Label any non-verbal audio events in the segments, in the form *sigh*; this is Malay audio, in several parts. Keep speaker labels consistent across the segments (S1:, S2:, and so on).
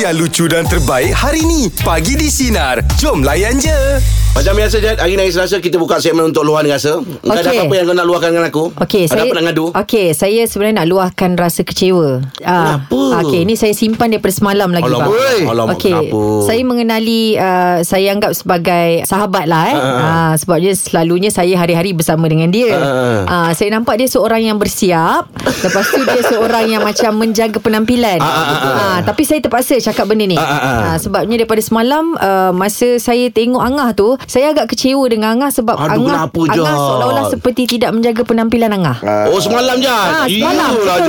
S1: yang lucu dan terbaik hari ni. Pagi di Sinar. Jom layan je.
S2: Macam biasa Jad Hari ni hari Selasa Kita buka segmen untuk luahan rasa Kau ada
S3: Okey.
S2: apa-apa yang kau nak luahkan dengan aku Ada
S3: Okey, saya
S2: apa nak ngadu
S3: Okey, saya sebenarnya nak luahkan rasa kecewa. Ah,
S2: Kenapa?
S3: Okey, ni saya simpan daripada semalam lagi
S2: Alamak,
S3: bang.
S2: oi. Alamak,
S3: Okey,
S2: kenapa?
S3: saya mengenali uh, saya anggap sebagai sahabat lah eh.
S2: Ah.
S3: Ah, sebabnya selalunya saya hari-hari bersama dengan dia.
S2: Ah.
S3: Ah, saya nampak dia seorang yang bersiap, lepas tu dia seorang yang macam menjaga penampilan.
S2: ah, ah, ah.
S3: Ah, tapi saya terpaksa cakap benda ni.
S2: Ah, ah, ah.
S3: Ah, sebabnya daripada semalam uh, masa saya tengok Angah tu, saya agak kecewa dengan Angah sebab
S2: Aduh,
S3: Angah
S2: kenapa,
S3: Angah
S2: Jal?
S3: seolah-olah seperti tidak menjaga penampilan Angah.
S2: Oh semalam Jad
S3: Ah,
S2: Yelah
S3: semalam, betul
S2: Jad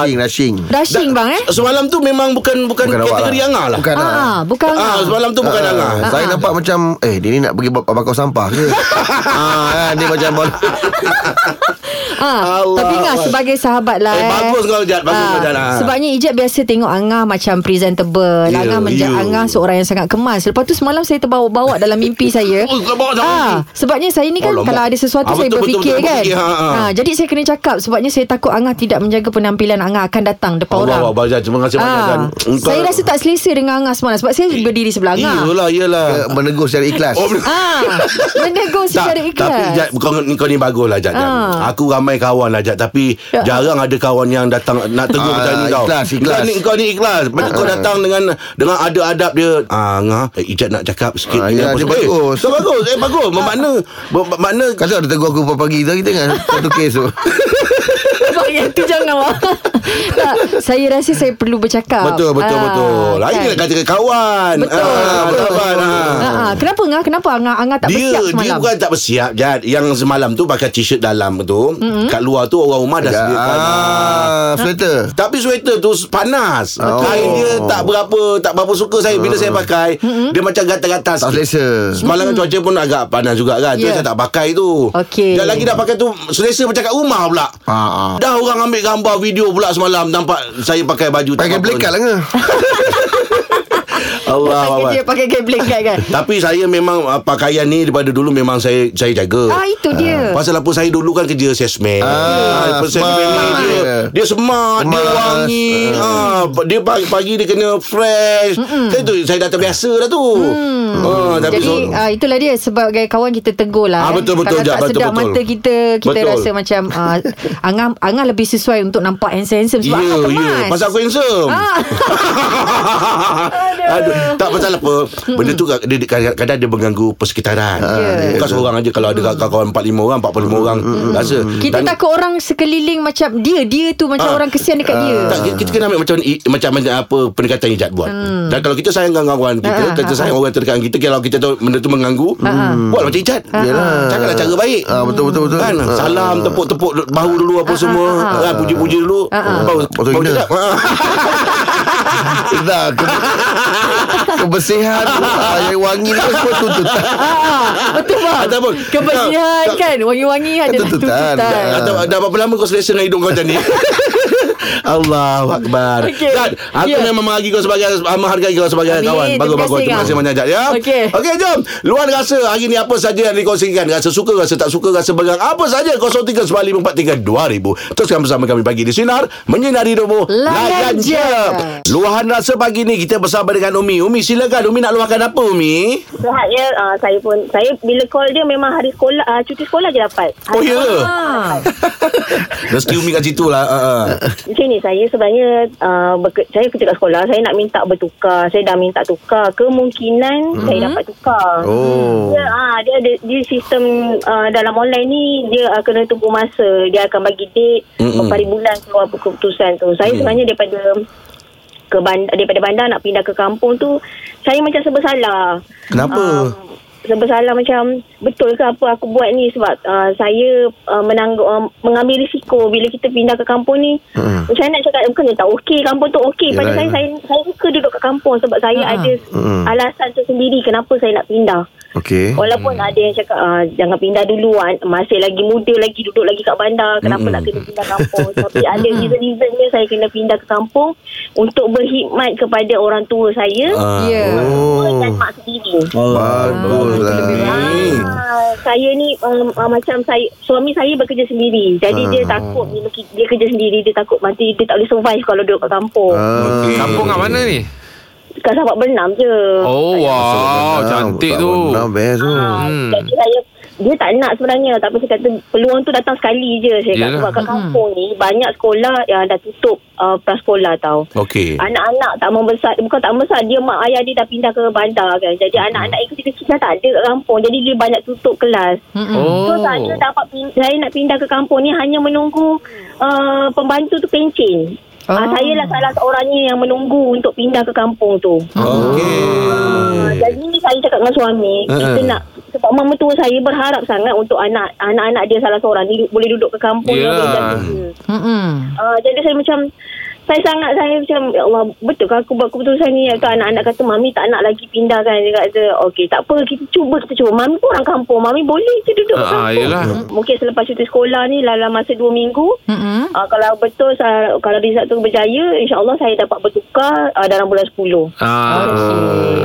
S4: Rushing, rushing.
S3: Dashing bang eh?
S2: Semalam tu memang bukan bukan,
S4: Bukan awak
S2: kategori
S4: lah.
S2: angah lah
S4: Bukan lah.
S3: Ah, bukan Angah.
S2: Ah, semalam tu bukan angah
S4: Ah,
S3: Ah,
S4: saya
S3: ah.
S4: nampak macam Eh dia ni nak pergi bak- bakau sampah *laughs* ke ah, kan, Dia macam
S3: Ah,
S2: Allah
S3: tapi Angah
S2: Allah.
S3: sebagai sahabat lah
S2: Eh,
S3: eh.
S2: bagus kau, Jad. Bagus kau, Jad. Ah.
S3: Sebabnya Ijat biasa tengok Angah macam presentable.
S2: Ya,
S3: Angah menja-
S2: ya.
S3: Angah seorang yang sangat kemas. Lepas tu semalam saya terbawa-bawa dalam
S2: *laughs*
S3: mimpi saya.
S2: Oh, terbawa dalam
S3: Ah, sebabnya saya ni kan
S2: Alamak.
S3: kalau ada
S2: Ah,
S3: sesuatu saya
S2: betul, betul,
S3: berfikir
S2: betul,
S3: kan.
S2: berfikir. Ha, ha.
S3: Ah, jadi saya kena cakap sebabnya saya takut Angah tidak menjaga penampilan Angah akan datang depan
S2: Allah,
S3: orang.
S2: Allah, Jad. Terima kasih banyak Jad
S3: Ah,
S2: Kau-
S3: saya rasa tak selesa dengan Angah semalam sebab saya berdiri sebelah Angah.
S2: Yelah yelah
S4: eh, *laughs* Menegur secara ikhlas
S2: Oh, bener.
S3: Ah, menegur
S2: tak,
S3: secara ikhlas.
S2: tapi Jad, kau, ni- kau ni bagus lah Jad,
S3: Ah.
S2: Aku ramai kawan lah Jad Tapi
S3: Ya.
S2: jarang ada kawan yang datang Nak tegur
S4: Ah,
S2: macam ni kau
S4: ikhlas, ikhlas. Ah.
S2: Kau ni, kau ni ikhlas Macam kau datang dengan Dengan ada adab dia ah, ngah, eh, Ijat nak cakap sikit
S4: Ah,
S2: ni
S4: ya,
S2: apa
S4: dia
S2: semua. Eh,
S4: bagus.
S2: Kau bagus Eh bagus
S3: Ah.
S2: Bermakna ber- Bermakna
S4: Kata ada tegur aku pagi tadi Kita dengan satu kes *laughs* tu
S3: Abang yang tu jangan awak Tak Saya rasa saya perlu bercakap
S2: Betul betul
S3: Ah,
S2: betul Lah, kan? Lain dia kata kawan
S3: Betul.
S2: ah, bersahabat, ah.
S3: Ah, ah. Kenapa Angah? Kenapa Angah, Angah tak
S2: dia
S3: bersiap semalam?
S2: dia bukan tak bersiap Jad. Yang semalam tu pakai t-shirt dalam tu mm-hmm. Kat luar tu orang rumah dah sediakan
S4: Ya. ah, Sweater
S2: Tapi sweater tu panas.
S4: Betul.
S2: Kain dia tak berapa tak berapa suka saya bila saya pakai.
S3: Hmm.
S2: Dia macam gatal-gatal
S4: Hmm. Tak
S2: sikit.
S4: selesa
S2: Semalam kan cuaca pun agak panas juga kan. Tu
S3: Ya.
S2: saya tak pakai tu.
S3: Okey.
S2: Dan lagi dah pakai tu selesa macam kat rumah pula.
S4: ah, ah.
S2: Dah orang ambil gambar video pula semalam nampak saya pakai baju tak
S4: Pakai
S2: apa-apa.
S4: black card lah ke
S2: Allah
S3: Pakai
S2: Allah.
S3: dia pakai gay blanket kan?
S2: Tapi saya memang uh, pakaian ni daripada dulu memang saya saya jaga.
S3: Ah, itu dia.
S2: Pasal apa saya dulu kan kerja salesman.
S4: Ah,
S2: Ah, salesman
S4: smart.
S2: ni dia dia smart, dia
S4: Kemas.
S2: wangi. Ah, dia pagi-pagi dia kena fresh. Saya tu saya dah terbiasa dah tu. Ah, tapi
S3: Mm. Jadi
S2: so,
S3: uh, itulah dia sebagai kawan kita tegur lah.
S2: Ah,
S3: eh.
S2: betul, betul,
S3: Kalau
S2: Jad,
S3: tak
S2: betul,
S3: sedap
S2: betul.
S3: mata kita, kita
S2: Betul.
S3: rasa macam uh, Angah Angah lebih sesuai untuk nampak handsome handsome sebab Angah kemas.
S2: Ya, Pasal aku handsome
S3: Ah.
S2: *laughs* Aduh. Tak pasal apa Benda tu dia, dia- kadang-kadang dia mengganggu persekitaran
S3: Ya.
S2: Bukan seorang aja Kalau ada kawan 45 orang 45 orang Rasa
S3: Kita
S2: Dan-
S3: takut orang sekeliling macam dia, dia tu macam
S2: Ah.
S3: orang kesian dekat dia.
S2: Tak, kita- kita kena ambil macam i- macam macam apa pendekatan Ijat buat. Hmm. Dan kalau kita sayang dengan kawan kita,
S3: Ah,
S2: kita
S3: ah,
S2: sayang orang terdekat kita, kalau kita tahu benda tu mengganggu, Hmm. buat macam Ijat.
S4: Yalah.
S2: Janganlah cara baik.
S4: Ah, betul, betul, betul.
S2: Kan?
S4: Ah.
S2: Salam, tepuk-tepuk bahu dulu
S3: Ah,
S2: apa semua. Kan puji-puji dulu. Bahu
S4: Lepas tu
S2: bahu
S4: hina.
S2: cakap. Ah.
S4: Dah *laughs* ke- Kebersihan ah, Yang wangi ni Semua tuntutan
S3: Ah, betul bang.
S2: Ataupun-
S3: Kebersihan
S2: Tak-
S3: kan, wangi-wangi ada tuntutan.
S4: Tuntutan. Ah.
S2: Atau dah berapa lama kau selesa dengan hidung kau *laughs* macam ni? Allah Akbar
S3: Okey.
S2: Dan aku
S3: Ya.
S2: memang menghargai kau sebagai Menghargai kau sebagai
S3: Amin.
S2: kawan
S3: Terima
S2: Bagus-bagus
S3: kasih,
S2: Terima kasih
S3: Kang.
S2: banyak Jad ya
S3: Okey.
S2: Okey jom Luar rasa Hari ni apa saja yang dikongsikan Rasa suka Rasa tak suka Rasa begang Apa saja 0395432000 Teruskan bersama kami pagi di Sinar Menyinari hidupmu
S3: Layan je.
S2: Luahan rasa pagi ni Kita bersama dengan Umi Umi silakan Umi nak luahkan apa Umi?
S5: Sehatnya uh, saya pun saya bila call dia memang hari sekolah uh, cuti sekolah je dapat.
S2: Oh ya yeah.
S3: Ah.
S2: Rezeki Umi kat situ lah uh, uh.
S5: Macam ni saya sebenarnya uh, berke- saya kerja kat sekolah saya nak minta bertukar. Saya dah minta tukar kemungkinan
S2: Mhm.
S5: saya dapat tukar.
S4: Oh
S5: Dia, ah, dia ada dia sistem uh, dalam online ni dia uh, kena tunggu masa. Dia akan bagi date
S2: Mm-mm.
S5: per hari bulan keluar keputusan tu.
S2: Mhm.
S5: Saya sebenarnya daripada ke bandar, daripada bandar nak pindah ke kampung tu saya macam serba salah.
S4: Kenapa?
S5: Um, serba salah macam betul ke apa aku buat ni sebab uh, saya uh, menanggung uh, mengambil risiko bila kita pindah ke kampung ni.
S4: Mm.
S5: Macam mana nak cakap bukannya tak okey kampung tu okey pada
S4: Yelah,
S5: saya,
S4: yelah.
S5: saya saya suka duduk kat kampung sebab saya
S3: Ha.
S5: ada
S4: Mm.
S5: alasan tersendiri kenapa saya nak pindah.
S4: Okay
S5: Walaupun Hmm. hmm. ada yang cakap ah, jangan pindah dulu ah, masih lagi muda lagi duduk lagi kat bandar kenapa hmm. nak kena pindah *laughs* kampung tapi ada reason-reasonnya saya kena pindah ke kampung untuk berkhidmat kepada orang tua saya
S2: Uh.
S3: Ya.
S5: tua
S4: Oh
S5: dan mak sendiri.
S2: Ah.
S4: Bagus lah
S5: Ah, saya ni um, ah, macam saya suami saya bekerja sendiri. Jadi dia takut bila ki- dia kerja sendiri dia takut nanti dia tak boleh survive kalau duduk kat kampung.
S4: Ah.
S6: Kampung kat mana ni?
S5: Dekat sahabat benam je
S6: Oh wow
S4: Berenang,
S6: Cantik
S4: Ah, tak
S6: tu
S4: berenang, Best tu
S5: Ah, Jadi saya dia tak nak sebenarnya Tapi saya kata Peluang tu datang sekali je Saya kata
S6: Yalah.
S5: sebab kat kampung ni Banyak sekolah yang dah tutup uh, Prasekolah tau
S2: Okey.
S5: Anak-anak tak membesar Bukan tak membesar Dia mak ayah dia dah pindah ke bandar kan Jadi anak-anak yang kecil-kecil dah tak ada kat kampung Jadi dia banyak tutup kelas
S6: Oh
S5: So saya dapat pin- Saya nak pindah ke kampung ni Hanya menunggu uh, Pembantu tu pencin oh.
S3: Ah.
S5: uh, Saya lah salah seorangnya Yang menunggu Untuk pindah ke kampung tu
S2: Okey.
S5: Ah, Jadi ni saya cakap dengan suami Kita nak Sebab mama tua saya berharap sangat Untuk anak Anak-anak dia salah seorang ni Boleh duduk ke kampung yang
S6: Yeah.
S5: dia jaga.
S3: Mm-mm.
S5: Ah, Jadi saya macam saya sangat saya macam ya Allah betul ke aku buat keputusan ni kan anak-anak kata mami tak nak lagi pindah kan dia kata okey tak apa kita cuba kita cuba mami pun orang kampung mami boleh je duduk kat
S6: Ah, ah,
S5: kampung Hmm.
S6: yelah.
S5: mungkin selepas cuti sekolah ni dalam masa 2 minggu
S3: Mm-mm.
S5: ah, kalau betul saya, kalau result tu berjaya insyaallah saya dapat bertukar ah, dalam bulan 10
S6: Ah.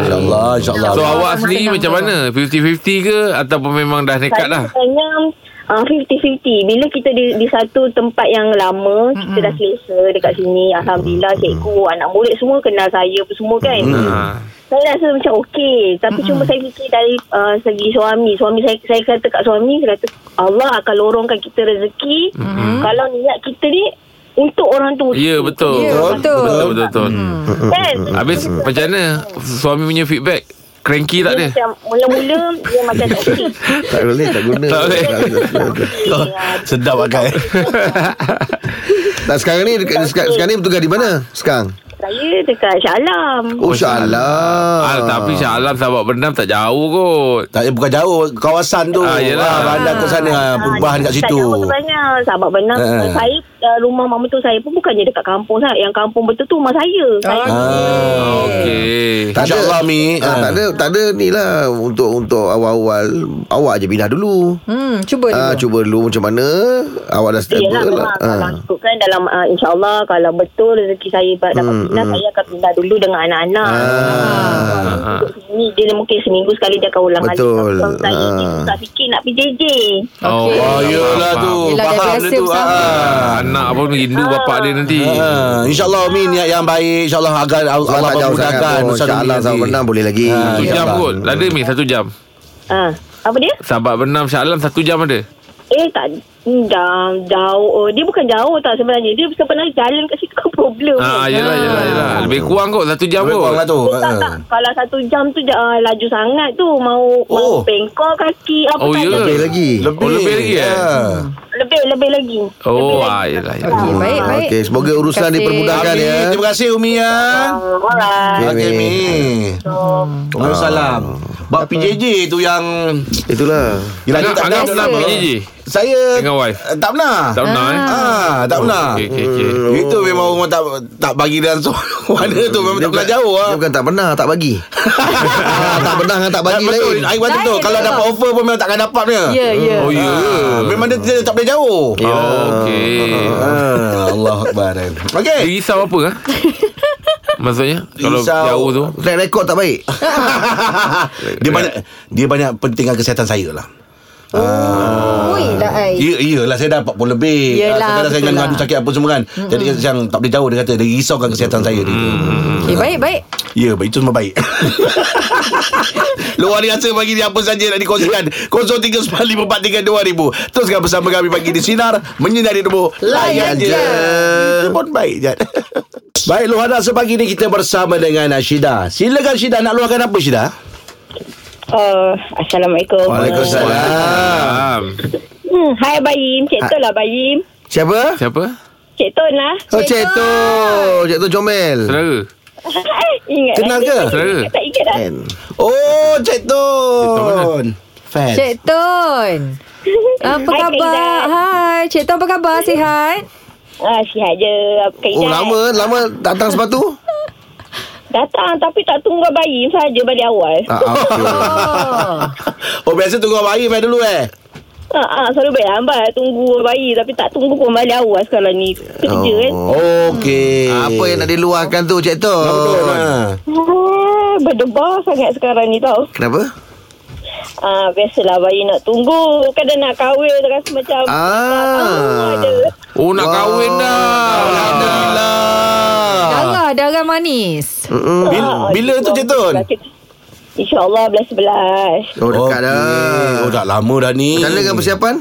S2: InsyaAllah, insyaAllah.
S6: So
S3: Allah.
S6: awak
S3: Allah.
S6: sendiri
S3: Allah.
S6: macam mana 50-50 ke Ataupun memang dah nekat lah
S5: Sebenarnya uh, 50-50 Bila kita di, di satu tempat yang lama mm-hmm. Kita dah selesa dekat sini Alhamdulillah cikgu Anak murid semua kenal saya apa semua kan mm-hmm.
S6: Ah.
S5: Saya rasa macam okey Tapi mm-hmm. cuma saya fikir dari uh, segi suami Suami saya saya kata kat suami Saya kata Allah akan lorongkan kita rezeki mm-hmm. Kalau niat kita ni Untuk orang tu
S6: Ya betul
S3: Ya, betul.
S6: Betul betul, betul.
S5: Kan
S6: Habis macam mana Suami punya feedback Cranky tak
S5: dia
S6: dia
S5: macam mula-mula dia
S6: *laughs*
S5: macam okey.
S4: Tak boleh Tak guna
S6: Tak boleh.
S5: Ya,
S2: Sedap pakai.
S4: Tak sekarang ni dekat, sekarang, sekarang ni bertugas di mana Sekarang
S5: Saya dekat Shah Alam.
S4: Oh, Shah
S6: ah,
S4: Alam
S6: Tapi Shah Alam sahabat berdam tak jauh kot
S2: Tak, bukan jauh. Kawasan tu.
S6: Ah, yelah.
S2: Ah, bandar tu sana. Ah, Perubahan kat situ.
S5: Tak jauh sebenarnya Sahabat benar
S2: Ah.
S5: uh. Saya uh, rumah mak mentua saya pun Bukannya dekat kampung saya Yang kampung betul tu rumah saya Saya
S2: Ah.
S6: Okey
S4: Tak ada
S2: InsyaAllah, Mi.
S4: Ah, tak ada tak ada ni lah untuk untuk awal-awal awak je pindah dulu.
S3: Hmm, cuba dulu.
S4: Ah cuba dulu macam mana awak dah stable
S5: Yelah
S4: lah.
S5: memang Kalau
S4: Ah.
S5: ikut kan dalam uh, InsyaAllah Kalau betul rezeki saya ba- dapat
S4: Hmm,
S5: pindah Saya akan pindah dulu dengan anak-anak
S4: Ah.
S5: ah. Duduk sini Dia mungkin seminggu sekali Dia akan ulang
S4: Betul.
S5: Kalau saya ni
S4: Ah.
S5: Tak fikir nak PJJ
S6: Oh,
S2: Oh, yelah
S6: faham,
S2: tu.
S3: Yelah, dah
S2: Faham
S3: biasa
S2: dia tu.
S3: bersama.
S2: Ah.
S6: faham. Anak pun rindu bapak dia nanti
S2: Ah, InsyaAllah Min niat yang baik InsyaAllah agar
S4: Sebab
S2: Allah
S4: tak jauh sangat
S2: memudahkan
S4: pun
S2: urusan
S4: InsyaAllah
S2: Min
S4: sama
S2: nanti.
S4: menang boleh lagi
S2: Ah,
S6: Satu
S2: Ya
S6: jam
S2: Allah.
S6: kot Ada ni satu jam
S5: ah. Apa dia?
S6: Sahabat bernam Shah Alam satu jam ada
S5: Eh tak jauh, jauh. Oh, Dia bukan jauh tak sebenarnya Dia sebenarnya jalan kat situ kan problem
S6: ah, Yelah yelah yelah Lebih kurang kot Satu jam
S2: Lebih
S6: kot
S2: kurang lah tu
S5: Tak, tak. Kalau satu jam tu uh, laju sangat tu mau oh. mau
S2: Oh.
S5: bengkok kaki apa
S6: Oh
S5: tak
S6: ya
S5: ada.
S4: Boleh lagi.
S6: Oh, lebih lagi, eh?
S2: Ah.
S5: lebih lebih lagi.
S6: Oh
S5: lebih
S6: ah,
S5: lagi.
S6: yelah yelah
S3: Okey, baik,
S4: Ah,
S3: baik.
S4: Okey, semoga urusan
S3: Terima kasih.
S4: dipermudahkan
S2: Amin.
S4: ya.
S2: Terima kasih Umi ya
S5: Ah, Alright.
S2: Okay
S4: Min.
S2: Min Waalaikumsalam Bab PJJ tu yang
S4: Itulah.
S2: Yelah, dia
S6: Angah
S2: tak
S6: Angah
S2: tahu
S6: pernah
S2: kenapa.
S6: PJJ
S2: Saya
S6: Dengan wife?
S2: eh, Tak pernah
S6: Tak pernah eh Oh,
S2: Ah, Tak pernah
S6: Okey okey okey
S2: Itu memang orang tak tak bagi dalam *laughs* Mana tu memang tak pernah jauh ah.
S4: Dia
S2: *laughs*
S4: bukan tak pernah, tak bagi. ah, tak pernah dengan tak bagi
S2: betul,
S4: lain.
S2: Air batu tu
S3: Lain
S2: Kalau
S3: dia.
S2: dapat offer pun memang takkan dapat punya
S3: Ya, ya.
S6: Oh ya
S2: Ah, Memang dia, dia tak boleh jauh
S4: Ya.
S6: Oh okey
S2: Ah, Allah Akbar kan.
S6: Dia
S2: Okey
S6: risau apa ah? Maksudnya Kalau
S2: Risau.
S6: jauh tu
S4: Track record tak baik.
S2: *laughs* Dia banyak Dia banyak pentingkan kesihatan saya lah
S3: Oh,
S2: Ah,
S3: Ui, lah ai.
S2: Ya, iyalah saya dah 40 lebih.
S3: Yelah,
S2: Ah, Kadang-kadang saya
S3: betul
S2: dengan
S3: lah.
S2: ngadu sakit apa semua kan. Jadi yang tak boleh jauh dia kata dia risaukan kesihatan saya dia.
S3: Okey, baik, baik.
S2: Ya, baik itu semua baik. *laughs* Luar biasa bagi dia apa saja nak dikongsikan. 0395432000. Teruskan bersama kami pagi di sinar menyinari demo. Layan je. Itu pun baik je. *laughs* Baik Luhana sepagi ni kita bersama dengan Syida. Silakan Syida nak luahkan apa Syida?
S5: Uh, Assalamualaikum.
S4: Waalaikumsalam.
S6: Faham
S5: Hmm, hai Bayim, Cik Tun lah Bayim.
S4: Siapa?
S6: Siapa
S5: Cik Tun lah. *laughs*
S4: Oh, Cik Tu. Cik Tu Comel.
S6: Saudara
S5: Eh, Ingat
S2: Kenal ke?
S6: Saudara
S5: Tak ingat dah.
S4: Kan?
S2: Oh, Cik
S6: Tun
S2: Tun. Fans.
S3: Cik
S5: *laughs*
S3: Tun. Apa
S5: Hai, Kak
S3: khabar?
S5: Izzat.
S3: Hai, Cik Tun apa khabar? Sihat?
S5: Ah, sihat je. Kak
S4: Oh,
S5: Izzat.
S4: lama lama datang *laughs* sepatu?
S5: Datang tapi tak tunggu Bayim saja balik awal.
S4: Ah, okey.
S3: Oh.
S2: *laughs* Oh, biasa tunggu abang Air dulu eh.
S5: Ah, ah selalu baik lambat tunggu bayi tapi tak tunggu pun balik awal sekarang ni. Kerja
S4: Oh.
S5: kan.
S2: Okey.
S4: Apa yang nak diluahkan tu, Cik Tu?
S5: Ah, berdebar sangat sekarang ni tau.
S4: Kenapa?
S5: Ah, biasalah bayi nak tunggu. Kadang nak kahwin rasa macam
S4: Ah.
S5: ah, ada.
S6: Oh nak
S4: Wow.
S6: kahwin dah
S2: Ah.
S4: Kahwin dah.
S2: Alhamdulillah.
S3: Darah Sadaran manis.
S4: Hmm.
S5: Ah,
S2: Bila, bila tu je Tun?
S5: InsyaAllah belas sebelas
S4: Oh dekat dah
S2: Oh dah lama dah ni.
S4: Macam mana dengan persiapan?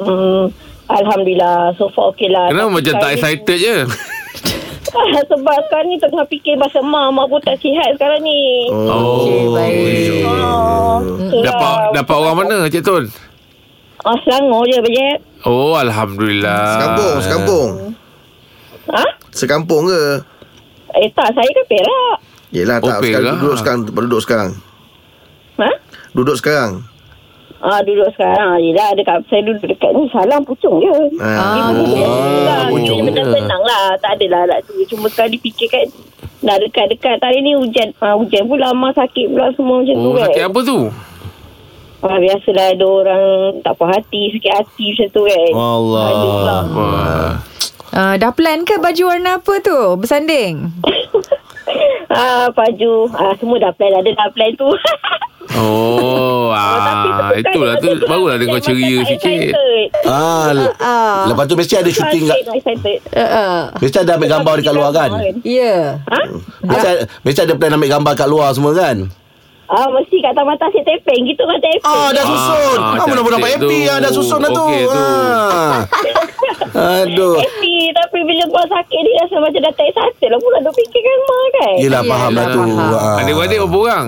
S5: Hmm, Alhamdulillah So far okey lah
S6: Kenapa
S5: Tapi
S6: macam tak
S5: sekarang ni-
S6: excited je?
S5: *laughs* Sebab sekarang ni tengah fikir Pasal mak Mak pun tak sihat sekarang ni
S4: Oh,
S3: Okey, baik.
S5: Oh, itulah.
S6: ya. Dapat dapat orang mana Cik Tun?
S5: Ah, Selangor je Bajak
S6: Oh Alhamdulillah
S4: Sekampung, sekampung.
S5: Ha?
S4: Sekampung ke?
S5: Eh tak saya kan Perak
S4: Yelah tak
S6: Opel
S4: sekarang
S6: lah.
S4: duduk sekarang duduk sekarang.
S5: Ha?
S4: Duduk sekarang.
S5: Ah, duduk sekarang Yelah dekat, Saya duduk dekat ni Salam pucung je
S6: Ah,
S4: Ha.
S5: Oh,
S6: ujung
S5: macam
S6: dia.
S5: senang lah Tak adalah lah tu Cuma sekali fikir kan Dah dekat-dekat Hari ni hujan ha, Hujan pula Mak sakit pula Semua macam tu
S6: Oh
S5: kan
S6: sakit apa tu?
S5: Ah, biasalah ada orang tak puas hati, sakit hati macam tu kan.
S2: Allah.
S5: Ada pula.
S6: Wah.
S3: Uh, dah plan ke baju warna apa tu? Bersanding.
S5: Ah, baju. Ah, semua dah plan. Ada dah plan tu.
S6: Oh
S5: Tapi
S6: *laughs* ah,
S5: tu bukan
S6: Itulah tu
S5: macam
S6: Barulah dengar
S5: macam
S6: ceria
S5: tak
S6: sikit
S5: excited.
S2: Ah, le-
S3: Ah.
S2: lepas tu mesti ada syuting kat,
S5: Sakit, tak excited.
S3: Uh, uh.
S2: mesti ada ambil gambar dekat luar kan?
S3: Ya. Yeah.
S5: Ha?
S2: Mesti ada, mesti ada plan ambil gambar kat luar semua kan?
S5: Ah, mesti kat taman tasik tepeng. Gitu kan tepeng.
S2: Ah, dah susun.
S6: Ah,
S2: Ah, budak-budak Pak
S6: cantik
S2: Happy
S6: tu.
S2: ah, dah susun dah tu.
S6: Okey tu.
S2: Ah. Aduh.
S5: Tapi, tapi bila buat sakit ni rasa macam dah tak excited lah pula. Duk fikirkan mak kan.
S2: Yelah, faham lah tu.
S3: Faham. Oh.
S2: Ah.
S6: Adik-adik berapa orang?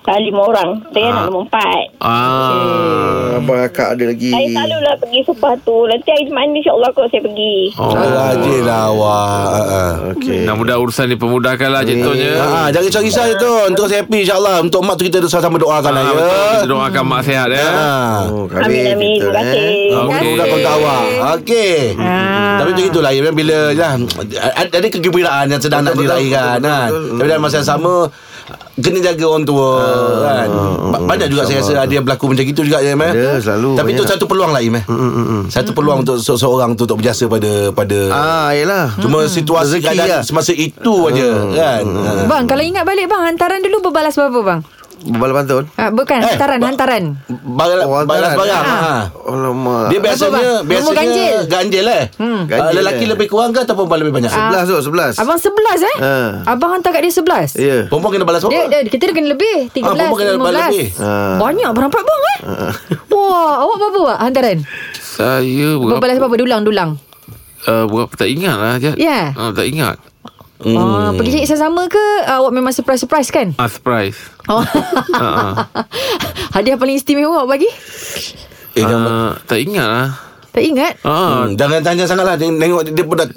S5: Dah lima orang. Saya nak nombor empat.
S6: Ah.
S4: Abang akak ada
S2: Eh.
S4: lagi.
S5: Saya selalulah pergi sepatu. Nanti hari Jumaat ni insyaAllah kot saya pergi.
S6: Oh.
S2: Rajin lah awak. Ah, ah.
S4: Okey.
S6: Mudah-mudah urusan dipermudahkan lah Cik Tun je
S2: Ah, ah, jangan risau kisah je tu. Terus happy insyaAllah. Untuk mak tu kita sama-sama doakan lah
S6: Ah,
S2: ya.
S6: betul. Kita doakan mak sehat ya.
S2: Ah.
S4: Oh, kami
S5: Amin, amin. Terima kasih.
S2: Ah, Mudah-mudahan
S6: Okey.
S2: kau tahu awak Okey Tapi macam itulah ya, Bila lah, Ada ada kegembiraan yang sedang nak
S4: Betul, betul,
S2: diraihkan kan
S4: betul, betul, Ah, betul.
S2: Tapi dalam masa yang sama Kena jaga orang tua kan Ba- Banyak juga saya rasa Ada yang berlaku macam itu juga Im, eh?
S4: ah, Ada, selalu, ya. Mm,
S2: Tapi itu
S4: banyak.
S2: satu peluang lah Im eh? Satu peluang untuk se- seorang tu Untuk berjasa pada pada
S4: Ah, yelah.
S2: Cuma situasi
S4: Rezeki Mm,
S2: keadaan
S4: lah.
S2: Semasa itu aja kan Ah.
S3: Bang, kalau ingat balik bang, hantaran dulu berbalas berapa bang?
S4: Balapan tahun.
S3: Ha, bukan,
S2: Eh,
S3: hantaran,
S2: ba-
S3: hantaran.
S2: Barang
S4: Oh,
S2: barang
S4: hantaran.
S2: barang
S4: Ah.
S2: ah.
S4: Alamak.
S2: Dia biasanya
S3: bang? Nombor
S2: biasanya
S3: ganjil?
S2: ganjil eh. Hmm.
S4: Ganjil,
S2: uh, lelaki
S4: eh.
S2: lebih kurang ke atau perempuan lebih banyak?
S4: Sebelas tu, sebelas.
S3: Abang sebelas eh?
S4: Ha.
S3: Abang hantar kat dia sebelas?
S4: Ya.
S2: Perempuan kena balas apa?
S3: Dia, dia, kita kena lebih 13,
S2: Ah, perempuan kena lebih.
S3: 15
S4: Ah.
S3: Banyak berapa bang eh Wah Awak berapa bang hantaran
S6: Saya berapa,
S3: Berbalas berapa Dulang dulang
S6: uh, berapa tak ingat lah Jad.
S3: Ya.
S6: Ah, tak ingat.
S3: hmm. ah, Pergi cari sama ke ah, Awak memang surprise-surprise kan
S6: Ah, surprise.
S3: oh.
S6: ah.
S3: *laughs* Hadiah paling istimewa awak bagi
S2: Eh, jangan,
S6: Ah, tak ingat lah.
S3: Tak ingat
S6: Ah,
S2: hmm, jangan tanya sangatlah. Dia tengok dia pun dah,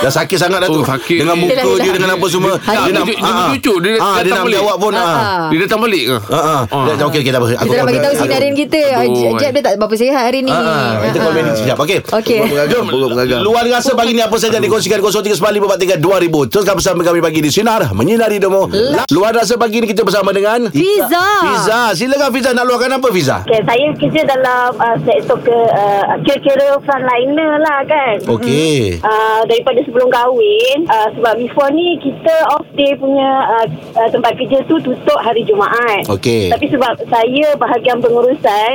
S2: dah sakit sangat dah tu.
S6: Oh, sakit
S2: Dengan
S6: ni.
S2: muka
S3: Yelah, yelah.
S2: dia dengan apa semua.
S3: Dia- dia-
S6: dia- dia cucuk, dia
S2: ah, dia
S6: datang
S2: nak
S6: balik.
S2: jawab pun. Ah.
S3: Ah.
S6: Dia datang balik ke?
S2: Ah, ah. Dia- Okey, okey, tak apa. Aku
S3: Kita nak bagi tahu
S2: aku-
S3: sinarin kita
S6: Aduh,
S3: Jeb dia tak berapa sihat hari ni
S2: Ah, ah, Kita
S3: Ah, ah.
S2: komen sekejap. Okey.
S3: Okey
S4: Buruk mengagam, buruk mengagam.
S2: Luar rasa pagi ni apa saja yang dikongsikan 0395432000. Teruskan bersama kami pagi di Sinar Menyinari Demo. Luar rasa pagi ni kita bersama dengan
S3: Lah. Fiza. Hmm.
S2: Fiza, silakan Fiza nak luahkan apa Fiza?
S5: Okay, saya kerja dalam uh, sektor ke uh, kira-kira frontliner lah kan.
S2: Okey.
S3: Ah.
S5: Uh, daripada sebelum kahwin uh, sebab before ni kita off day punya uh, uh, tempat kerja tu tutup hari Jumaat.
S2: Okey.
S5: Tapi sebab saya bahagian pengurusan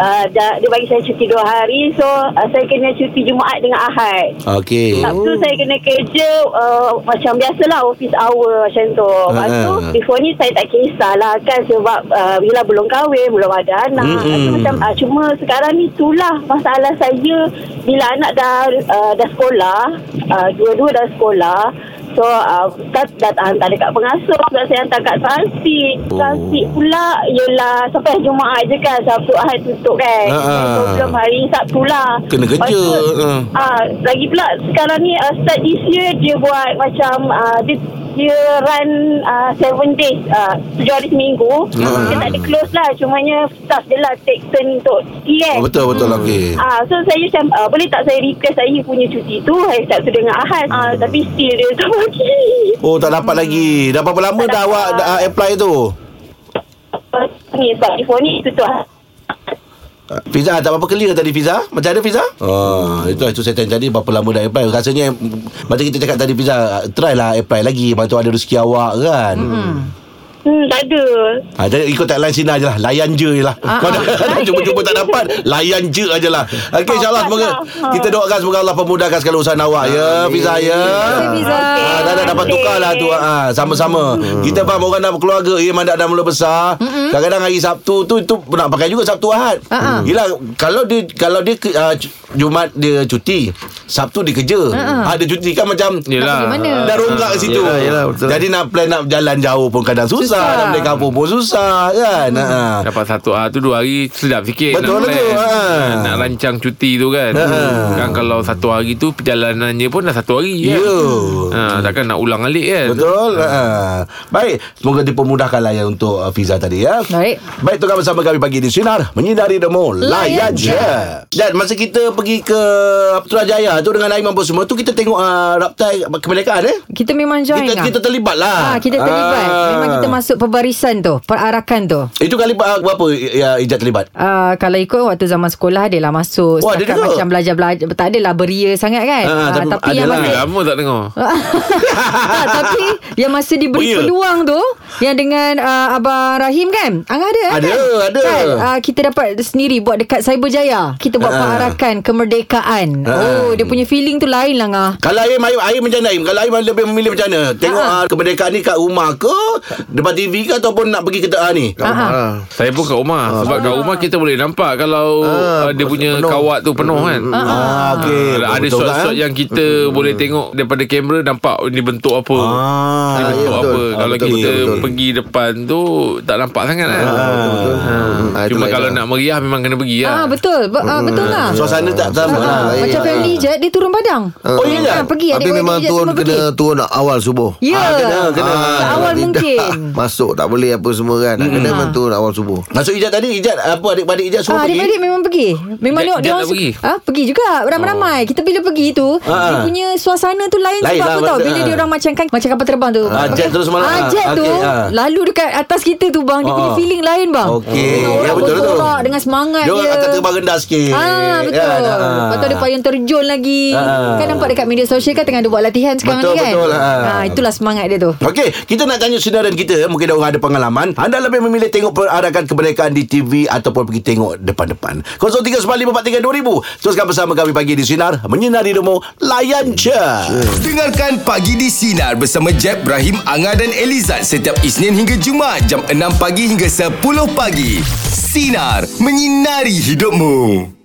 S5: uh, dah, dia bagi saya cuti dua hari so uh, saya kena cuti Jumaat dengan Ahad.
S2: Okey.
S5: Sabtu saya kena kerja uh, macam biasalah office hour macam tu. Lepas tu
S2: Ha.
S5: before ni saya tak kisahlah kan sebab uh, bila belum kahwin, belum ada anak.
S2: Mm-mm.
S5: Mm-hmm. Macam uh, cuma sekarang ni itulah masalah saya bila anak dah uh, dah sekolah, uh, dua-dua dah sekolah. So uh, dah, dah tak hantar dekat pengasuh Dah saya hantar kat transit
S2: Oh.
S5: Transit pula Yelah Sampai Jumaat je kan Sabtu Ahad tutup kan
S2: Ha, ha.
S5: So belum hari Sabtu lah
S2: Kena
S5: Lepas
S2: kerja,
S5: tu,
S2: ha.
S5: Ah, lagi pula sekarang ni uh, start this year dia buat macam uh, dia dia run uh, seven days uh, tujuh hari seminggu
S2: Hmm.
S5: dia tak ada close lah cumanya staff dia lah take turn untuk cuti kan
S2: Oh, betul betul hmm. okey.
S5: Ah, so saya macam uh, boleh tak saya request saya punya cuti tu hari Sabtu dengan Ahad ah,
S2: Hmm.
S5: tapi still dia *laughs* tak bagi
S2: Oh tak dapat lagi. Dah berapa lama
S5: Hmm. Tak
S2: dah
S5: dapat.
S2: awak dah apply tu?
S5: ni sebab before ni tutup
S2: Fiza tak apa clear tadi Fiza? Macam ada Fiza? Oh, itu itu saya tanya tadi berapa lama dah apply. Rasanya mm, macam kita cakap tadi Fiza, try lah apply lagi. Lepas tu ada rezeki awak kan. Hmm.
S5: Hmm, tak ada.
S2: Ha, jadi ikut tagline Sina je lah Layan je je lah
S3: Ah,
S2: Kau
S3: ah.
S2: dah *laughs* cuba-cuba tak dapat Layan je je lah
S3: Oh,
S2: Okay insyaAllah semoga
S3: Ha.
S5: lah.
S2: Kita doakan semoga Allah pemudahkan segala usaha awak ya Fiza ya
S3: kasih, Fiza.
S2: Ah, dah, dah dapat
S5: Terima
S2: tukar lah tu
S5: kasih.
S2: ah, Sama-sama Kita faham orang dah berkeluarga Ya mandak dah mula besar Kadang-kadang hari Sabtu tu Itu nak pakai juga Sabtu Ahad
S3: Ah, ah.
S2: Yelah Kalau dia Kalau dia ke- ah, cu- Jumat dia cuti Sabtu dia kerja
S3: Ah, ah.
S2: ah, Dia cuti kan macam
S6: Yelah.
S3: pergi mana?
S2: Dah ronggak kat situ
S4: Yelah, yelah, betul.
S2: Jadi nak plan nak jalan jauh pun kadang susah, susah.
S3: Susah.
S2: Nak balik kampung pun susah kan hmm.
S6: Dapat satu ah tu dua hari sedap sikit
S2: Betul
S6: nak
S2: tu,
S6: plan.
S2: ha.
S6: Nak rancang cuti tu kan.
S2: Ha.
S6: Kan kalau satu hari tu perjalanannya pun dah satu hari
S2: Ya
S6: kan. Ha, takkan nak ulang alik kan.
S2: Betul ha. Baik Semoga dipermudahkan lah ya Untuk uh, Fiza tadi ya
S3: Baik.
S2: Baik tukar bersama kami pagi di Sinar Menyinari Demo Layan
S3: Layan
S2: je
S3: je.
S2: Dan masa kita pergi ke Putrajaya tu Dengan Aiman pun semua tu Kita tengok uh, Raptai Kemerdekaan eh
S3: Kita memang join
S2: kita,
S3: lah.
S2: kita terlibat lah
S3: Ah, kita terlibat.
S2: Ah.
S3: Memang kita masuk perbarisan tu, perarakan tu.
S2: Itu kali uh, berapa ya, Ijat terlibat?
S3: Uh, kalau ikut waktu zaman sekolah dia lah masuk
S2: Oh, ada
S3: setakat
S2: juga?
S3: macam belajar-belajar tak adalah beria sangat kan
S2: Ah,
S3: Ah,
S2: tapi
S6: Ha.
S3: tapi
S2: ada
S3: yang
S2: lah.
S6: Dah
S2: *laughs*
S3: masa
S6: Lama tak dengar.
S3: tak, tapi yang masa diberi
S2: Beria.
S3: peluang tu yang dengan uh, abang Rahim kan Angah ada
S2: Ada,
S3: kan?
S2: ada.
S3: kan? Uh, kita dapat sendiri buat dekat Cyberjaya kita buat
S2: Ah.
S3: perarakan kemerdekaan
S2: Ah.
S3: oh dia punya feeling tu lain lah Angah
S2: Kalau Aim, Aim, Aim macam mana Aim? Kalau Aim lebih memilih macam mana? Tengok
S3: Ha.
S2: uh, kemerdekaan ni kat rumah ke? Depan TV ke? Ataupun nak pergi ke uh, ni?
S3: Ah,
S4: Kat rumah lah.
S6: Saya pun kat rumah Sebab kat rumah kita boleh nampak Kalau
S4: Ah,
S6: uh, Dia punya
S4: penuh. Hmm,
S6: kawat tu penuh kan
S2: Ah, okey.
S6: Ada- Ada
S2: Betul-betul,
S6: shot-shot
S4: eh?
S2: kan?
S6: yang kita Boleh tengok Daripada kamera Nampak Ini bentuk apa
S2: Ah,
S6: Ini
S4: ya,
S6: bentuk
S4: betul.
S6: apa
S4: Ah,
S6: Kalau
S4: betul,
S6: kita
S4: betul, betul.
S6: Pergi depan tu Tak nampak sangat kan
S4: Betul-betul. Ah,
S6: Ah,
S4: itulah,
S6: Cuma kalau
S4: itulah.
S6: nak meriah Memang kena pergi
S3: ah
S6: lah
S3: betul Be- ah, betul lah
S2: Ya. Hmm, Suasana tak sama lah.
S3: Ah,
S4: lain
S3: macam
S4: lah.
S3: family je Dia turun padang
S2: Oh, iya ke?
S3: Ah, Pergi
S4: Tapi
S3: adik-adik
S4: memang
S3: je
S4: turun
S3: semua
S4: kena
S3: pergi
S4: turun awal subuh.
S3: Ya
S2: Ah, kena, kena.
S3: Seawal
S4: kalau
S3: mungkin Hmm.
S4: tidak, *laughs* Masuk tak boleh apa semua kan. Nak Kena memang turun awal subuh.
S2: Masuk Ijat tadi, Ijat apa adik-adik Ijat semua
S3: Ah,
S2: pergi?
S3: adik-adik memang pergi Memang dia,
S6: Dia- dia
S3: dia,
S6: tak
S3: orang
S6: pergi?
S3: pergi. Ah, pergi juga Ramai-ramai Kita bila pergi tu Dia
S2: Oh. Ah.
S3: punya suasana tu lain,
S2: Lain
S3: Sebab
S2: lah,
S3: apa tau
S2: betul.
S3: Bila
S2: Ah.
S3: dia orang macam kan Macam kapal terbang tu
S2: Ah, jet terus malam.
S3: ah,
S2: Ah,
S3: Jet tu
S2: okey, ah.
S3: Lalu dekat atas kita tu bang Dia punya
S2: Ah.
S3: feeling lain bang
S2: Okey.
S3: Dengan
S2: Ya,
S3: orang
S2: betul tu.
S3: bersorak Dengan semangat
S2: Dia
S3: dia
S2: orang akan terbang rendah sikit.
S3: Ah betul.
S2: Kan? Ah.
S3: Lepas tu ada payung terjun lagi.
S2: Ah.
S3: Kan nampak dekat media sosial kan tengah ada buat latihan sekarang
S2: Betul,
S3: ni kan.
S2: betul, ah.
S3: Ah, itulah semangat dia tu.
S2: Okey, kita nak tanya saudara kita, mungkin orang ada pengalaman. Anda lebih memilih tengok perarakan kemerdekaan di TV ataupun pergi tengok depan-depan. 0395432000. Teruskan bersama kami pagi di Sinar, menyinari demo, layan je.
S1: Dengarkan Pagi di Sinar bersama Jeb, Ibrahim, Anga dan Elizad setiap Isnin hingga Jumaat jam 6 pagi hingga 10 pagi. Sinar, menyinari hidupmu.